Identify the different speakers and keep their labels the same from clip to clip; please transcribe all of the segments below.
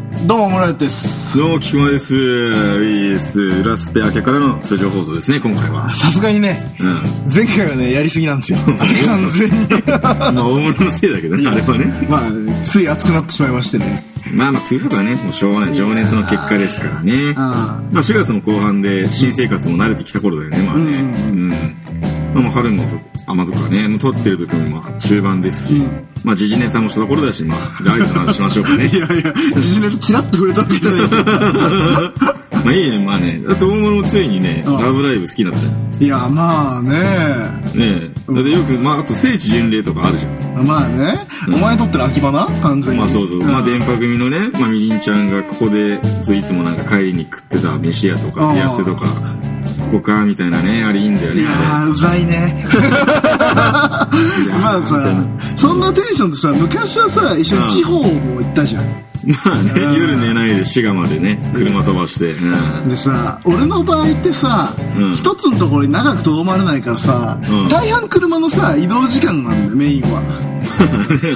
Speaker 1: ラです。
Speaker 2: どうも、菊間です。BS 裏スペ明けからの通常放送ですね、今回 は。
Speaker 1: さすがにね、
Speaker 2: うん。
Speaker 1: 前回はね、やりすぎなんですよ。あれ 完全に。
Speaker 2: まあ、大物のせいだけどね、あれはね。
Speaker 1: まあ、つい熱くなってしまいましてね。
Speaker 2: まあまあ、ということはね、もうしょうがない。情熱の結果ですからね。
Speaker 1: あ
Speaker 2: まあ、4月の後半で新生活も慣れてきた頃だよね、まあね。うん。まあ、もう春もそ甘ずくはね、もう撮ってる時もまあ終盤ですし、
Speaker 1: うん
Speaker 2: まあ、時事ネタもしたところだし、まあ、ライトの話しましょうか ね
Speaker 1: い。やいや、自信でチラッと触れたわけじゃな
Speaker 2: まあ、いいね、まあね。だって大物もついにね、
Speaker 1: うん
Speaker 2: ラブライブ好きになったじゃん。
Speaker 1: い。いや、まあね。
Speaker 2: ねえ。だってよく、まあ、あと聖地巡礼とかあるじゃん。
Speaker 1: まあね。お前にとっての秋葉な完全に。
Speaker 2: まあそうそう。まあ
Speaker 1: で。
Speaker 2: 電波組のね、まあみりんちゃんがここで、そういつもなんか帰りに食ってた飯屋と
Speaker 1: あ
Speaker 2: か、
Speaker 1: あ
Speaker 2: ピアスとか、ここか、みたいなね、あれいいんだよ
Speaker 1: い
Speaker 2: ね。
Speaker 1: やー、うざいね。
Speaker 2: いや ー
Speaker 1: まあ
Speaker 2: みたいな
Speaker 1: さ、そんなテンションでさ、昔はさ、一緒に地方も行ったじゃん。
Speaker 2: まあね、夜寝ないで滋賀までね、車飛ばして。うん
Speaker 1: でさ俺の場合ってさ
Speaker 2: うん
Speaker 1: 一、つのところに長くとどまれないからさ、
Speaker 2: うん
Speaker 1: 大半車のさ移動時間なんだよメインは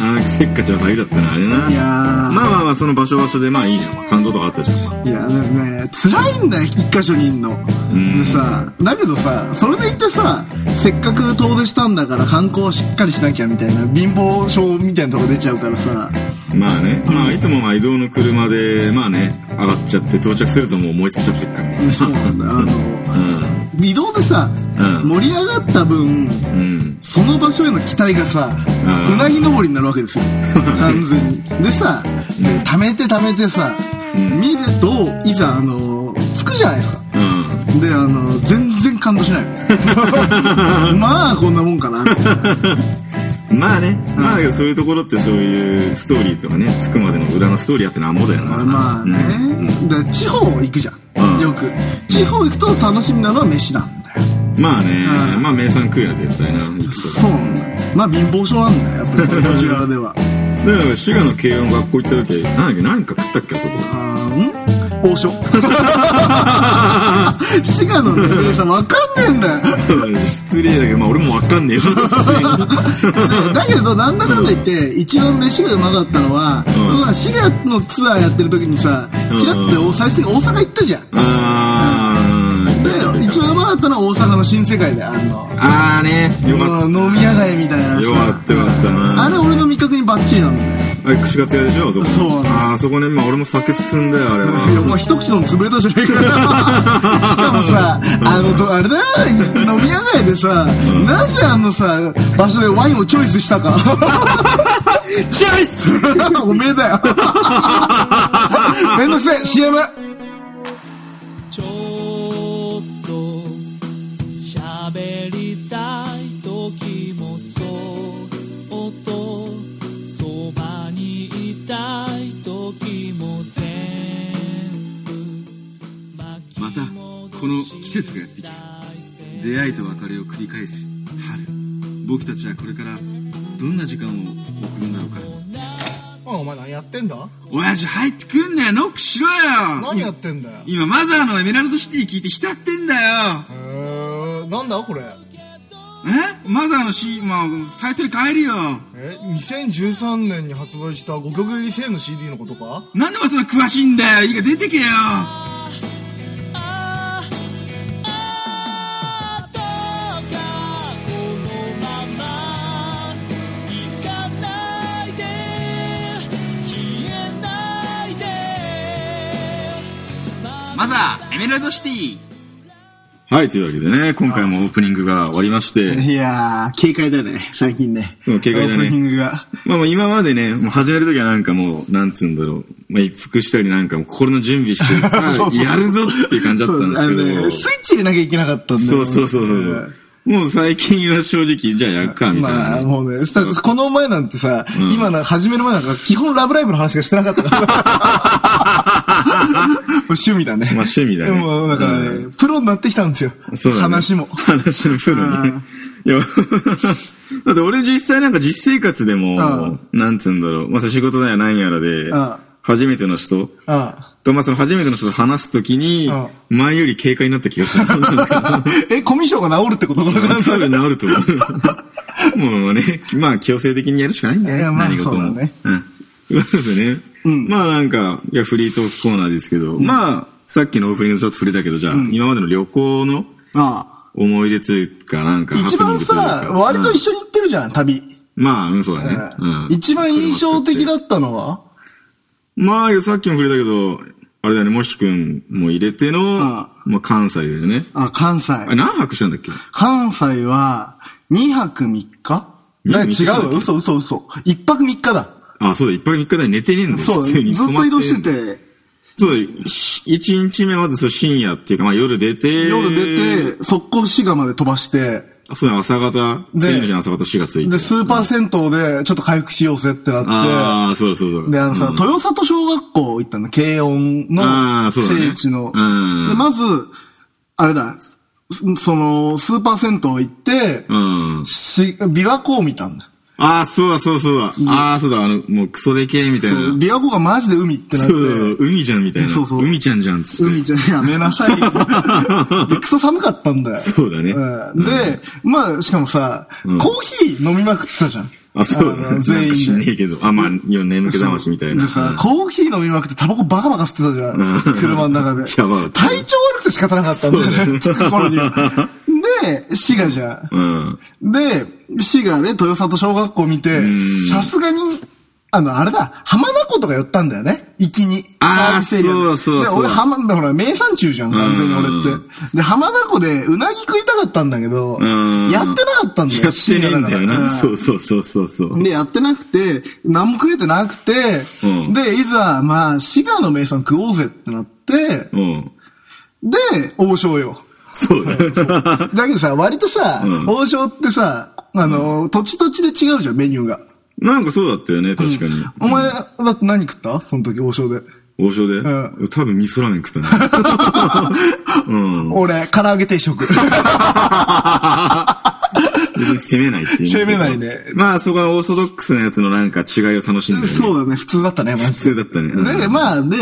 Speaker 2: あのせっかちの旅だったな、あれな。
Speaker 1: いやー
Speaker 2: まあまあまあ、その場所場所でまあいいじゃん。感動とかあったじゃん。まあ
Speaker 1: いやでもね辛いんだよ一箇所にいんの
Speaker 2: ん
Speaker 1: でさだけどさそれでいってさせっかく遠出したんだから観光をしっかりしなきゃみたいな貧乏症みたいなとこ出ちゃうからさ
Speaker 2: まあね、まあいつもまあ移動の車で、まあね、上がっちゃって到着するともう燃え尽きちゃってるからね。
Speaker 1: そうなんだあの
Speaker 2: うん。
Speaker 1: 移動でさ、
Speaker 2: うん
Speaker 1: 盛り上がった分
Speaker 2: うん。
Speaker 1: その場所への期待がさ、
Speaker 2: うん
Speaker 1: うなぎ登りになるわけです よ。完全に。でさ、で貯めて貯めてさ、
Speaker 2: うん
Speaker 1: 見ると、いざ、あの、着くじゃないですか。
Speaker 2: うん。
Speaker 1: で、あの、全然感動し ない。まあ、こんなもんかな。
Speaker 2: まあね、まあだけどそういうところってそういうストーリーとかね、つくまでの裏のストーリーあってなんぼだよな。
Speaker 1: まあね
Speaker 2: うん。
Speaker 1: で、地方行くじゃ
Speaker 2: うん
Speaker 1: ん。よく。地方行くと楽しみなのは飯なんだよ。
Speaker 2: まあね、
Speaker 1: うん
Speaker 2: まあ名産食うや絶対な。行くと
Speaker 1: そうなんだよ。まあ、貧乏症なんだよ。やっぱりその土地柄では。
Speaker 2: だから滋賀の慶応の学校行った時、なんだっけ、何か食ったっけ、あそこ。
Speaker 1: あーん王将。 滋賀のね、皆さんわかんねえんだよ。
Speaker 2: 失礼だけど、まあ俺もわかん ねえよ。さすがに
Speaker 1: だけど、なんだかんだ言って、一番飯がうまかったのは、
Speaker 2: うん
Speaker 1: まあ滋賀のツアーやってる時にさ、ちらってお最終的に大阪行ったじゃん。
Speaker 2: あー。
Speaker 1: で、一番うまかったのは大阪の新世界で、あの、
Speaker 2: あーね、よかっ
Speaker 1: 飲み屋街みたいなさ。
Speaker 2: よかったよかったな
Speaker 1: あれ俺の味覚にバッチリなんだよ。
Speaker 2: た。あれ、串カツ屋でしょ、あそこ。
Speaker 1: そうなの
Speaker 2: あーあそこね、まあ俺も酒進んだよ、あれ
Speaker 1: い や、お
Speaker 2: は。
Speaker 1: 前一口の潰れたじゃねえかよ しかもさ、あの、とあれだよ、飲み屋街でさ、なぜあのさ、場所でワインをチョイスしたか。
Speaker 2: チョイス
Speaker 1: おめえだよ。めんどくせえ、CM!
Speaker 3: ちょっと喋りたい時もそっとそばにいたい時も全部
Speaker 4: またこの季節がやってきた出会いと別れを繰り返す春僕たちはこれからどんな時間を送るんだろうか
Speaker 1: お前何やってんだ
Speaker 4: 親父入ってくんなよノックしろよ
Speaker 1: 何やってんだよ。
Speaker 4: 今マザーのエメラルドシティ聞いて浸ってんだよ
Speaker 1: へー、なんだこれ。
Speaker 4: えマザーのシーン、まあ、サイトに変えるよ
Speaker 1: え、2013年に発売した5曲入り1000の CD のことか
Speaker 4: なんでもそんな詳しいんだよいいから出てけよ
Speaker 3: ああどうかこのまま行かないで消えないで
Speaker 4: マザーエメラルドシティ
Speaker 2: はい、というわけでね、今回もオープニングが終わりまして。
Speaker 1: いやー、警戒だね、最近ね。
Speaker 2: うん警戒だね
Speaker 1: オープニングが。
Speaker 2: まあまあ今までね、もう始めるときはなんかもう、なんつうんだろう。まあ一服したりなんかもう心の準備して さ
Speaker 1: そうそう
Speaker 2: やるぞっていう感じだったんです
Speaker 1: そう
Speaker 2: け
Speaker 1: あの
Speaker 2: ど
Speaker 1: ね。スイッチ入れなきゃいけなかったんだよ。
Speaker 2: そうそうそうそう。もう最近は正直、じゃあやるか、みたいな。
Speaker 1: まあ、もうね、さこの前なんてさ、
Speaker 2: ん
Speaker 1: 今な、始める前なんか、基本ラブライブの話がしてなかったから。もう趣味だね。
Speaker 2: まあ趣味だね
Speaker 1: でも、なんかね、
Speaker 2: う
Speaker 1: プロになってきたんですよ。
Speaker 2: そうだね
Speaker 1: 話も。
Speaker 2: 話のプロね。いや、 だって俺実際なんか実生活でも、なんつうんだろう。まあ仕事だやなんやらで
Speaker 1: うん、
Speaker 2: 初めての人
Speaker 1: ああ
Speaker 2: と、まあその初めての人と話すときに
Speaker 1: うん、
Speaker 2: 前より警戒になった気がする。なんか
Speaker 1: え、コミュ障が治るってことかな
Speaker 2: 多分治ると思う。もうね、まあ強制的にやるしかないんだよ。
Speaker 1: いやまあ
Speaker 2: 何事も。
Speaker 1: そうだね
Speaker 2: うん。ということでね、
Speaker 1: うん
Speaker 2: まあなんか、いや、フリートークコーナーですけど、まあ、さっきのオープニングでちょっと触れたけど、じゃあ、今までの旅行の
Speaker 1: あ
Speaker 2: 思い出というか、なんか、
Speaker 1: あ。一番
Speaker 2: ハプニング
Speaker 1: さ、
Speaker 2: いうか
Speaker 1: 割と
Speaker 2: うん
Speaker 1: 一緒に行ってるじゃん、旅。
Speaker 2: まあ、うん、そうだね。うん。
Speaker 1: 一番印象的だったのは
Speaker 2: まあ、さっきも触れたけど、あれだね、もしくんも入れての、まあ、関西だよね。
Speaker 1: あ、関西
Speaker 2: あ。れ、何泊したんだっけ
Speaker 1: 関西は、2泊3日
Speaker 2: 二
Speaker 1: だ
Speaker 2: 泊
Speaker 1: 違
Speaker 2: 三日
Speaker 1: うわ、嘘嘘嘘。1泊3日だ。
Speaker 2: あ、そうだ、一泊三日で寝てねえんだよ
Speaker 1: そう、
Speaker 2: 普
Speaker 1: ず
Speaker 2: 通に
Speaker 1: っと移動して
Speaker 2: 泊まんだよ。
Speaker 1: て、
Speaker 2: そうだ、一日目まずそう深夜っていうか、まあ夜出て、
Speaker 1: 夜出て、速攻滋賀まで飛ばして、
Speaker 2: あ、そうだ、朝方、
Speaker 1: で
Speaker 2: 次の日の朝方4月いて
Speaker 1: で、。スーパー銭湯でちょっと回復しようぜってなっ
Speaker 2: ああ、そうだそう
Speaker 1: て、
Speaker 2: だ。
Speaker 1: で、あのさ、
Speaker 2: うん
Speaker 1: 豊里小学校行ったの、軽音
Speaker 2: あ
Speaker 1: の
Speaker 2: ーそうだね
Speaker 1: 聖地の。
Speaker 2: うん
Speaker 1: で、まず、あれだ、すその、スーパー銭湯行って、
Speaker 2: うん。
Speaker 1: し、琵琶湖を見たんだ。
Speaker 2: ああ、そうだそうだそうだ。ああ、そうだ、あの、もうクソでけえみたい
Speaker 1: そ
Speaker 2: な
Speaker 1: う。琵琶湖がマジで海ってなっ
Speaker 2: そうだ
Speaker 1: て、、
Speaker 2: 海じゃんみたいな。
Speaker 1: そうそう
Speaker 2: 海ちゃんじゃんっつって。
Speaker 1: 海じゃ、やめなさいよ。 で、クソ寒かったんだよ。
Speaker 2: そうだね
Speaker 1: うんで、まあ、しかもさ、
Speaker 2: ん
Speaker 1: コーヒー飲みまくってたじゃん。
Speaker 2: あ、そう
Speaker 1: あ
Speaker 2: だ
Speaker 1: の
Speaker 2: ね。
Speaker 1: 全
Speaker 2: 全員。死
Speaker 1: 員
Speaker 2: ん
Speaker 1: で
Speaker 2: ね。えけど。あ、まあ、よ眠気覚ましみたいな。
Speaker 1: でさ
Speaker 2: う、ん
Speaker 1: コーヒー飲みまくってタバコバカバカ吸ってたじゃ。
Speaker 2: うんん
Speaker 1: 車の中で。
Speaker 2: やばかった
Speaker 1: 体調悪くて仕方なかったんだよ
Speaker 2: そう
Speaker 1: ね。
Speaker 2: ね
Speaker 1: 着く頃には。で、滋賀じゃ
Speaker 2: うん。
Speaker 1: ん。で、滋賀で豊里小学校見て、さすがに、あの、あれだ、浜名湖とか寄ったんだよね。行きに。サ
Speaker 2: あー
Speaker 1: ビスエリアで
Speaker 2: そうそうそう
Speaker 1: で、俺浜、でほら、名産中じゃん、完全に俺って。で、浜名湖でうなぎ食いたかったんだけど、
Speaker 2: うん
Speaker 1: やってなかったんだよ。
Speaker 2: やってねえんだよ
Speaker 1: 滋賀から
Speaker 2: な。そうそうそうそうそう。
Speaker 1: で、やってなくて、何も食えてなくて、
Speaker 2: うん
Speaker 1: で、いざ、まあ、滋賀の名産食おうぜってなって、
Speaker 2: うん。
Speaker 1: で、王将よ。
Speaker 2: そうだ。
Speaker 1: だけどさ、割とさ、
Speaker 2: うん
Speaker 1: 王将ってさ、あの、土地土地で違うじゃん、メニューが。
Speaker 2: なんかそうだったよね、確かに。
Speaker 1: お前、だって何食ったその時王将で。
Speaker 2: 王将で
Speaker 1: う
Speaker 2: 多分味噌ラーメン 食ったね。うん。
Speaker 1: 俺、唐揚げ定食。
Speaker 2: 別に攻めないっていう。
Speaker 1: 攻めないね
Speaker 2: まあ、そこはオーソドックスなやつのなんか違いを楽しんで る。。
Speaker 1: そううだね、普通だったね、マ
Speaker 2: 普
Speaker 1: ジで
Speaker 2: 通だったね。うん
Speaker 1: で、まあ、で、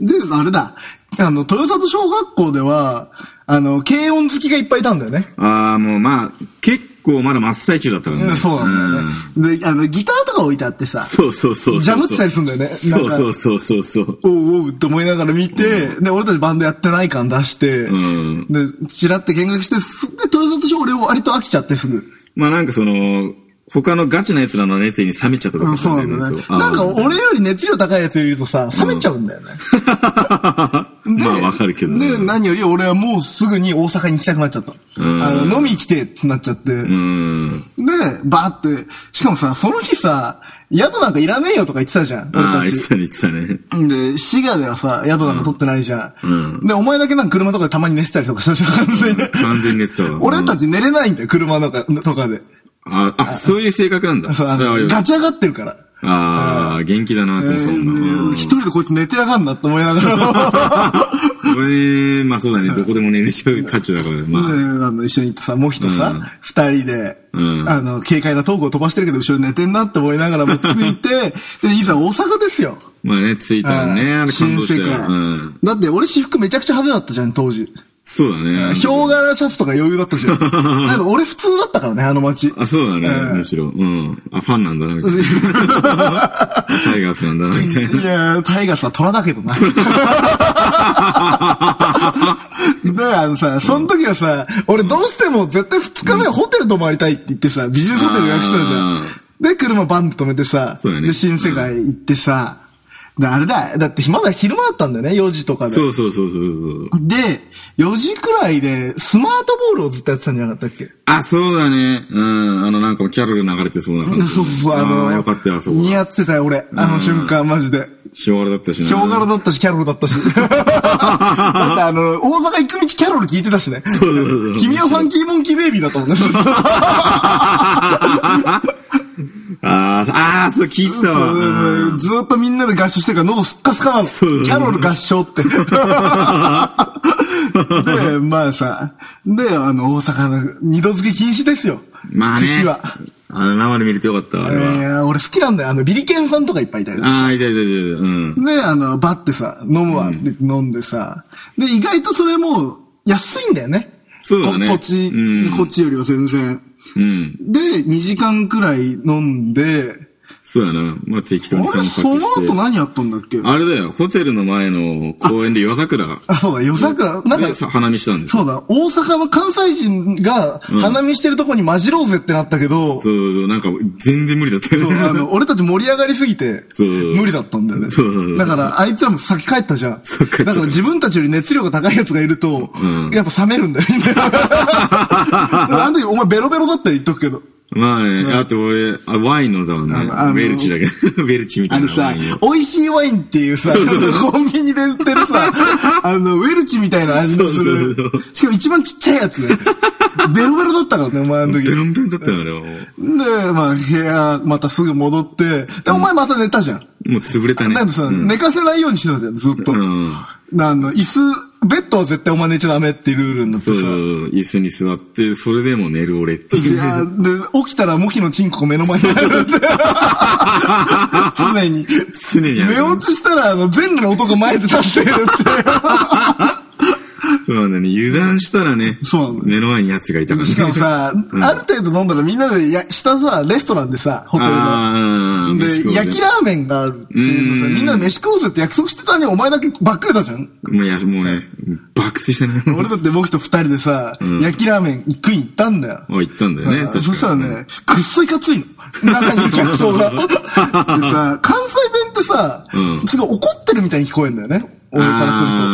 Speaker 1: で、あれだ。あの、豊里小学校では、あの、軽音好きがいっぱいいたんだよね。
Speaker 2: ああ、もうまあ、結構まだ真っ最中だったから
Speaker 1: う
Speaker 2: ね。
Speaker 1: んそうなんだよね。で、あの、ギターとか置いてあってさ、
Speaker 2: そうそうそうそう。
Speaker 1: ジャムってたりするんだよね
Speaker 2: そう
Speaker 1: なんか
Speaker 2: そうそうそうそう。
Speaker 1: おうおうって思いながら見て、で、俺たちバンドやってない感出して、
Speaker 2: うん
Speaker 1: で、チラって見学して、すで、豊里賞俺割と飽きちゃってすぐ。
Speaker 2: まあなんかその、他のガチな奴らの熱意に冷めちゃったと
Speaker 1: うん
Speaker 2: か
Speaker 1: そうなんだね。なんか俺より熱量高いやついるとさ、冷めちゃうんだよね。で
Speaker 2: まあわかるけどね。
Speaker 1: で、何より俺はもうすぐに大阪に行きたくなっちゃった。
Speaker 2: ん
Speaker 1: あの、飲み行きてえってなっちゃって。
Speaker 2: うん。
Speaker 1: で、バーって、しかもさ、その日さ、宿なんかいらねえよとか言ってたじゃん。
Speaker 2: ああ、
Speaker 1: 俺
Speaker 2: 言
Speaker 1: た
Speaker 2: っ
Speaker 1: ち
Speaker 2: てたね、言ってたね。
Speaker 1: で、滋賀ではさ、宿なんか取ってないじゃん。
Speaker 2: うん
Speaker 1: で、お前だけなんか車とかでたまに寝てたりとかしたじゃん、完全に。
Speaker 2: 完全に寝てたわ
Speaker 1: 俺たち寝れないんだよ、車の中とかで。
Speaker 2: ああ、そういう性格なんだ。
Speaker 1: そう、あ
Speaker 2: あ
Speaker 1: の、
Speaker 2: あ
Speaker 1: ガチ上がってるから。
Speaker 2: ああ、元気だなって、そんな
Speaker 1: う
Speaker 2: うんん。
Speaker 1: 一人でこいつ寝てやがんなって思いながら。
Speaker 2: これね、まあそうだね、どこでも寝れちゃうタッチだから、
Speaker 1: であ
Speaker 2: まあ。
Speaker 1: の、一緒に行ったさ、モヒと
Speaker 2: う
Speaker 1: さ
Speaker 2: ん、
Speaker 1: 二、人で、
Speaker 2: うん
Speaker 1: あの、軽快なトークを飛ばしてるけど、後ろに寝てんなって思いながら もついて、で、いざ大阪ですよ。
Speaker 2: まあね、着いたらね、
Speaker 1: あ
Speaker 2: あ
Speaker 1: ー
Speaker 2: れ感
Speaker 1: 新
Speaker 2: 動し
Speaker 1: 世
Speaker 2: た
Speaker 1: 界、
Speaker 2: よ。うん。
Speaker 1: だって俺私服めちゃくちゃ派手だったじゃん、当時。
Speaker 2: そうだね。
Speaker 1: ヒョウ柄シャツとか余裕だった じゃん。なんか俺普通だったからね、あの街。
Speaker 2: あ、そうだ
Speaker 1: う
Speaker 2: ね、
Speaker 1: ん
Speaker 2: むしろ。うん。あ、ファンなんだな、みたいな。タイガースなんだな、みたい
Speaker 1: い
Speaker 2: な。
Speaker 1: やー、タイガースは虎だけ どな。で、あのさ、その時はさ、俺どうしても絶対二日目はホテル泊まりたいって言ってさ、ビジネスホテル予約してたじゃ
Speaker 2: あ
Speaker 1: ん。で、車バンって止めてさ、
Speaker 2: そうだね
Speaker 1: で、新世界行ってさ、で、あれだ、だってまだ昼間だったんだよね、4時とかで。
Speaker 2: そうそうそうそうそう。
Speaker 1: で、4時くらいで、スマートボールをずっとやってたんじゃなかったっけ
Speaker 2: あ、そうだね。うん。あの、なんかキャロル流れてそうな感じ。
Speaker 1: そうそうそう、あ
Speaker 2: あ
Speaker 1: の、
Speaker 2: ーよかったよ、あそこ。
Speaker 1: 似合ってたよ、俺。あの瞬間、マジで。
Speaker 2: ヒョウ柄だったしな。
Speaker 1: ヒョウ柄だったし、キャロルだった し。だってあの、大阪行く道キャロル聞いてたしね。
Speaker 2: そうそうそう
Speaker 1: 君はファンキーモンキーベイビーだと 思うね。
Speaker 2: あーあー、そう、聞いてたわ。うん
Speaker 1: ずーっとみんなで合唱してるから喉すっかすかなの。キ
Speaker 2: う
Speaker 1: ャロル合唱 って。で、まあさ、で、あの、大阪の二度漬け禁止ですよ。
Speaker 2: まあね
Speaker 1: 串は。。
Speaker 2: あの、生で見れてよかったわ、あ
Speaker 1: い
Speaker 2: れは。
Speaker 1: や俺好きなんだよ。あの、ビリケンさんとかいっぱいいたり。
Speaker 2: ああ、いたいたいたいた。うん。
Speaker 1: で、あの、バってさ、飲むわって飲んでさ、で、意外とそれも安いんだよね。
Speaker 2: そうだね
Speaker 1: こ土地、
Speaker 2: うん
Speaker 1: こっちよりは全然。
Speaker 2: うん。
Speaker 1: で、2時間くらい飲んで、
Speaker 2: そうやな。まあ、適当に
Speaker 1: あ
Speaker 2: 散
Speaker 1: れ、
Speaker 2: 策して。
Speaker 1: その後何やったんだっけ
Speaker 2: あれだよ、ホテルの前の公園で夜桜
Speaker 1: あ、そうだ、夜桜。なん
Speaker 2: で
Speaker 1: か、
Speaker 2: さ花見したんですよ。
Speaker 1: そうだ、大阪の関西人が花見してるとこに混じろうぜってなったけど、
Speaker 2: そうそう、なんか全然無理だったよ
Speaker 1: そう、
Speaker 2: ね。
Speaker 1: あの、俺たち盛り上がりすぎて、
Speaker 2: そう
Speaker 1: 無理だったんだよね。
Speaker 2: そう
Speaker 1: だから、あいつらも先帰ったじゃん。
Speaker 2: そう帰っちゃった
Speaker 1: だから自分たちより熱量が高いやつがいると、
Speaker 2: ん
Speaker 1: やっぱ冷めるんだよ、 みんな。あの時、お前ベロベロだったら言っとくけど。
Speaker 2: まあね、あと俺、あワイン飲んだもんね
Speaker 1: のあ。の
Speaker 2: ベル チだけど。ベルチみた
Speaker 1: あ
Speaker 2: いな
Speaker 1: のさ
Speaker 2: ワインを。、
Speaker 1: 美味しいワインっていうさ、コンビニで売ってる さ、あの、ウェルチみたいな味のする
Speaker 2: そうそうそう。
Speaker 1: しかも一番ちっちゃいやつだよ。ベロベロだったからね、お前あの時。
Speaker 2: ベロンベロンだったよ、あれはもう。
Speaker 1: で、まあ、部屋、またすぐ戻って、で、お前また寝たじゃん。
Speaker 2: もう潰れたね。
Speaker 1: なんでさ、
Speaker 2: うん
Speaker 1: 寝かせないようにしてたじゃん、ずっと。
Speaker 2: うん
Speaker 1: あの、椅子、ベッドは絶対お前寝ちゃダメっていうルールになっ
Speaker 2: そ
Speaker 1: て
Speaker 2: う
Speaker 1: さ。、
Speaker 2: 椅子に座って、それでも寝る俺って
Speaker 1: い
Speaker 2: いう。
Speaker 1: やーで、起きたらモヒのチンコ目の前にあるって。常に。
Speaker 2: 常にある
Speaker 1: 寝落ちしたら、あの、全裸の男前で立ってる
Speaker 2: そうなんだね。油断したらね、
Speaker 1: そうなんだよ
Speaker 2: 目の前に奴がいたか
Speaker 1: っ
Speaker 2: ら
Speaker 1: て。し
Speaker 2: ね。
Speaker 1: かもさ、
Speaker 2: うん
Speaker 1: ある程度飲んだらみんなで、や、下さ、レストランでさ、ホテルの。
Speaker 2: あー飯食お
Speaker 1: で、
Speaker 2: うね
Speaker 1: 焼きラーメンがあるっていうの
Speaker 2: う
Speaker 1: さ、
Speaker 2: ん
Speaker 1: みんなで飯食おうぜって約束してたのにお前だけばっかりだじゃん
Speaker 2: もういや、もうね、爆睡したね。
Speaker 1: 俺だって僕と二人でさ、
Speaker 2: ん
Speaker 1: 焼きラーメン食いに行ったんだよ。
Speaker 2: あ行ったんだよね
Speaker 1: う
Speaker 2: 確かに
Speaker 1: そしたらね、くっそいかついの。中に客層 が。でさ、関西弁ってさ、
Speaker 2: うん
Speaker 1: すごい怒ってるみたいに聞こえるんだよね。俺からすると。
Speaker 2: あ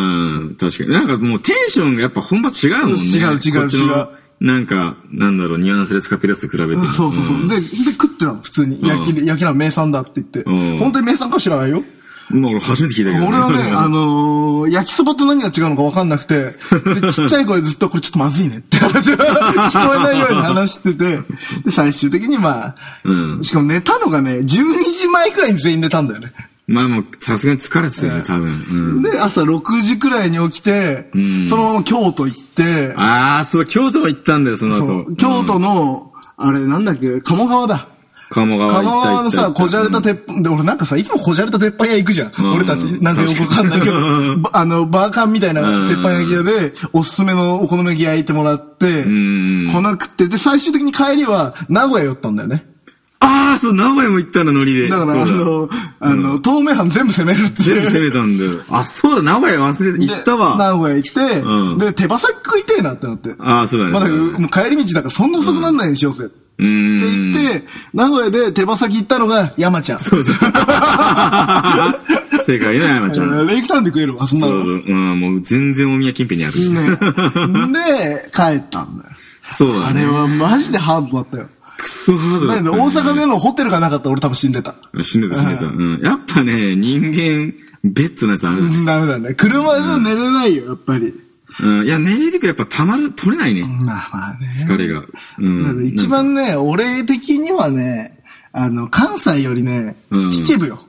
Speaker 2: ー確かに。なんかもうテンションがやっぱ本場違うもんね。
Speaker 1: 違う違う
Speaker 2: こっちのなんか、なんだろう、ニュアンスで使ってるやつと比べて。
Speaker 1: そうそうそう。で、で、食ってたの、普通に。焼き、焼きラーメン名産だって言って。
Speaker 2: うん
Speaker 1: 本当に名産か知らないよ。
Speaker 2: うん。まあ俺初めて聞いたけど、
Speaker 1: 俺は ね、あのー、焼きそばと何が違うのか分かんなくて、 で、ちっちゃい声でずっとこれちょっとまずいねって話が 聞こえないように話してて、で、最終的にまあ、
Speaker 2: うん
Speaker 1: しかも寝たのがね、12時前くらいに全員寝たんだよね。
Speaker 2: まあもう、さすがに疲れてたよね、多分。うん。
Speaker 1: で、朝6時くらいに起きて、
Speaker 2: ん
Speaker 1: そのまま京都行って、
Speaker 2: ああ、そう、京都も行ったんだよ、その
Speaker 1: そ
Speaker 2: 後
Speaker 1: う。京
Speaker 2: う
Speaker 1: 都
Speaker 2: ん
Speaker 1: の、あれなんだっけ、鴨川だ。
Speaker 2: 鴨川行った
Speaker 1: 鴨川の
Speaker 2: 行
Speaker 1: さ、
Speaker 2: った行
Speaker 1: こ
Speaker 2: った
Speaker 1: じゃれた鉄板、で、俺なんかさ、いつもこじゃれた鉄板屋行くじゃん。
Speaker 2: ん
Speaker 1: 俺たち、なんかよくわかんないけ
Speaker 2: 確か
Speaker 1: ど、
Speaker 2: に
Speaker 1: ばあの、バーカンみたいな鉄板焼き屋で、おすすめのお好み焼き焼いてもらって、
Speaker 2: ん
Speaker 1: 来なくて、で、最終的に帰りは、名古屋寄ったんだよね。
Speaker 2: ああ、そう、名古屋も行ったんだ、ノリで。
Speaker 1: だから、あ
Speaker 2: そう
Speaker 1: の、あの、東名阪全部攻めるっていう。
Speaker 2: 全部攻めたんだよ。あ、そうだ、名古屋忘れて、
Speaker 1: で
Speaker 2: 行ったわ。
Speaker 1: 名古屋行って、
Speaker 2: うん
Speaker 1: で、手羽先食いてえなってなって。
Speaker 2: ああ、そうだね。
Speaker 1: まだ、
Speaker 2: そうだね
Speaker 1: もう帰り道だからそんな遅くなんないようにしようぜ。って
Speaker 2: うーん。
Speaker 1: 言って、名古屋で手羽先行ったのが山ちゃん。
Speaker 2: そう そう。正解ね、山ちゃん。
Speaker 1: レイクタウンで食えるわ、そんな
Speaker 2: そ
Speaker 1: の
Speaker 2: う。そう。うん、もう全然大宮近辺にある。
Speaker 1: ね。で、帰ったんだよ。
Speaker 2: そうだ
Speaker 1: あ
Speaker 2: ね
Speaker 1: れ。はマジでハードだったよ。
Speaker 2: クソハード
Speaker 1: な
Speaker 2: だった
Speaker 1: んで
Speaker 2: ね、
Speaker 1: 大阪でのホテルがなかったら俺多分死んでた。
Speaker 2: 死んでた、死んでた。うん。やっぱね、人間、ベッドのやつあるね。
Speaker 1: ダメだね。車じゃ寝れないよ、やっぱり。
Speaker 2: うん。いや、寝れるけどやっぱたまる、取れないね。
Speaker 1: まあまあね。
Speaker 2: 疲れが。う
Speaker 1: なん
Speaker 2: ん。
Speaker 1: で一番ね、俺的にはね、あの、関西よりね
Speaker 2: う、ん
Speaker 1: 秩父よ。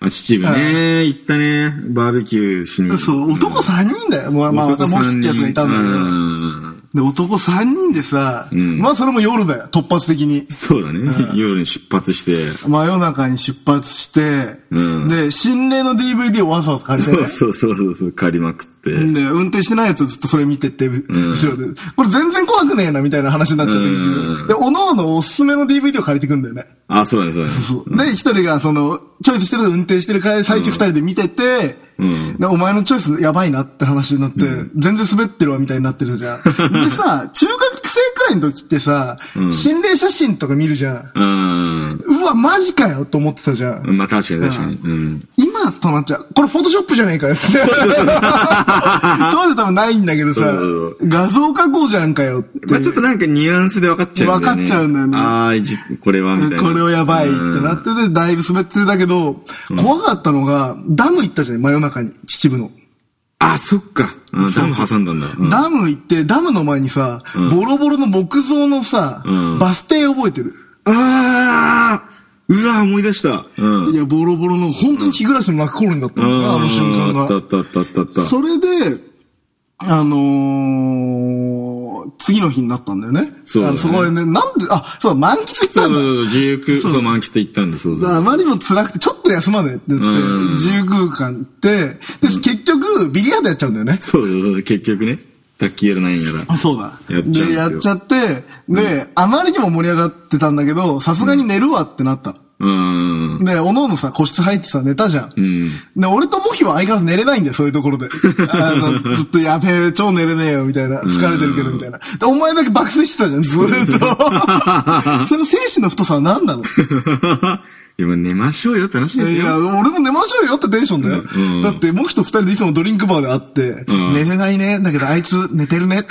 Speaker 2: あ、秩父ね、行ったね。バーベキューしに。
Speaker 1: そう、男3人だよ。まあまあ、
Speaker 2: 男
Speaker 1: モヒ
Speaker 2: 三
Speaker 1: って
Speaker 2: 人
Speaker 1: やつがいたんだけ
Speaker 2: う
Speaker 1: ど。
Speaker 2: ん
Speaker 1: で、男3人でさ、
Speaker 2: ん
Speaker 1: まあそれも夜だよ、突発的に。
Speaker 2: そうだね。夜に出発して。
Speaker 1: 真夜中に出発して、
Speaker 2: うん
Speaker 1: で、心霊の DVD をわざわざ借りてね、
Speaker 2: そうそうそうそう、借りまくって。
Speaker 1: で、運転してないやつをずっとそれ見てて、後ろで、これ全然怖くねえな、みたいな話になっちゃってる
Speaker 2: うん
Speaker 1: で、おのおのおすすめの DVD を借りてくんだよね。
Speaker 2: あ、そうだね、そうだね。
Speaker 1: そうで、一人がその、チョイスしてる運転してる最中二人で見てて、
Speaker 2: うん
Speaker 1: でお前のチョイスやばいなって話になって、全然滑ってるわみたいになってるじゃん。でさ、中学生くらいの時ってさ、
Speaker 2: ん
Speaker 1: 心霊写真とか見るじゃん。
Speaker 2: うん。
Speaker 1: うわ、マジかよと思ってたじゃん。
Speaker 2: まあ確かに確かに。うん。
Speaker 1: 今となっちゃう。これフォトショップじゃねえか よって。当時多分ないんだけどさ
Speaker 2: そうそう、
Speaker 1: 画像加工じゃんかよって。
Speaker 2: まあちょっとなんかニュアンスで分かっちゃうんだよね。
Speaker 1: 分かっちゃうんだよね
Speaker 2: ああ、いじこれはみたいな。
Speaker 1: これをやばいってな
Speaker 2: て。
Speaker 1: ってて、だいぶ滑ってたけど、怖かったのが、ダム行ったじゃん、真夜中に、秩父の。
Speaker 2: あ、そっか。あダム挟んだんだ。うん
Speaker 1: ダム行って、ダムの前にさ、
Speaker 2: ん
Speaker 1: ボロボロの木造のさ
Speaker 2: う、ん
Speaker 1: バス停覚えてる。
Speaker 2: ああうわ、思い出した。うん。
Speaker 1: いや、ボロボロの、本当に日暮らしの真っ頃にだった
Speaker 2: うん
Speaker 1: のよなあの瞬間
Speaker 2: あったあ
Speaker 1: が。
Speaker 2: ったあったあったあった。
Speaker 1: それで、あのー、次の日になったんだよね。
Speaker 2: そうだね
Speaker 1: あのそこでね、なんで、あ、そう、満喫行っ
Speaker 2: そ
Speaker 1: た
Speaker 2: うん
Speaker 1: だ。
Speaker 2: そうそう、19、そう、満喫行ったんで、そうそう。
Speaker 1: あまりにも辛くて、ちょっと休まねえって言って、
Speaker 2: うん
Speaker 1: 自由空間行って、で、結局、ビリヤードやっちゃうんだよね。
Speaker 2: そうそうそう、結局ね。卓球やらなんやら。
Speaker 1: そうだ。
Speaker 2: やっちゃうんですよ
Speaker 1: で、やっちゃって、で、あまりにも盛り上がってたんだけど、さすがに寝るわってなったの。
Speaker 2: うーん。
Speaker 1: で、おのおのさ、個室入ってさ、寝たじゃん。
Speaker 2: うん。
Speaker 1: で、俺とモヒは相変わらず寝れないんだよ、そういうところで。あの、ずっとやべえ、超寝れねえよ、みたいな。疲れてるけど、みたいな。で、お前だけ爆睡してたじゃん、ずーっ と。その精神の太さは何なの
Speaker 2: でも寝ましょうよって話です
Speaker 1: いや、
Speaker 2: よ。
Speaker 1: 俺も寝ましょうよってテンションだよ。
Speaker 2: うんうん
Speaker 1: だって、モヒと二人でいつもドリンクバーで会って、
Speaker 2: ん
Speaker 1: 寝れないね。だけどあいつ寝てるね って。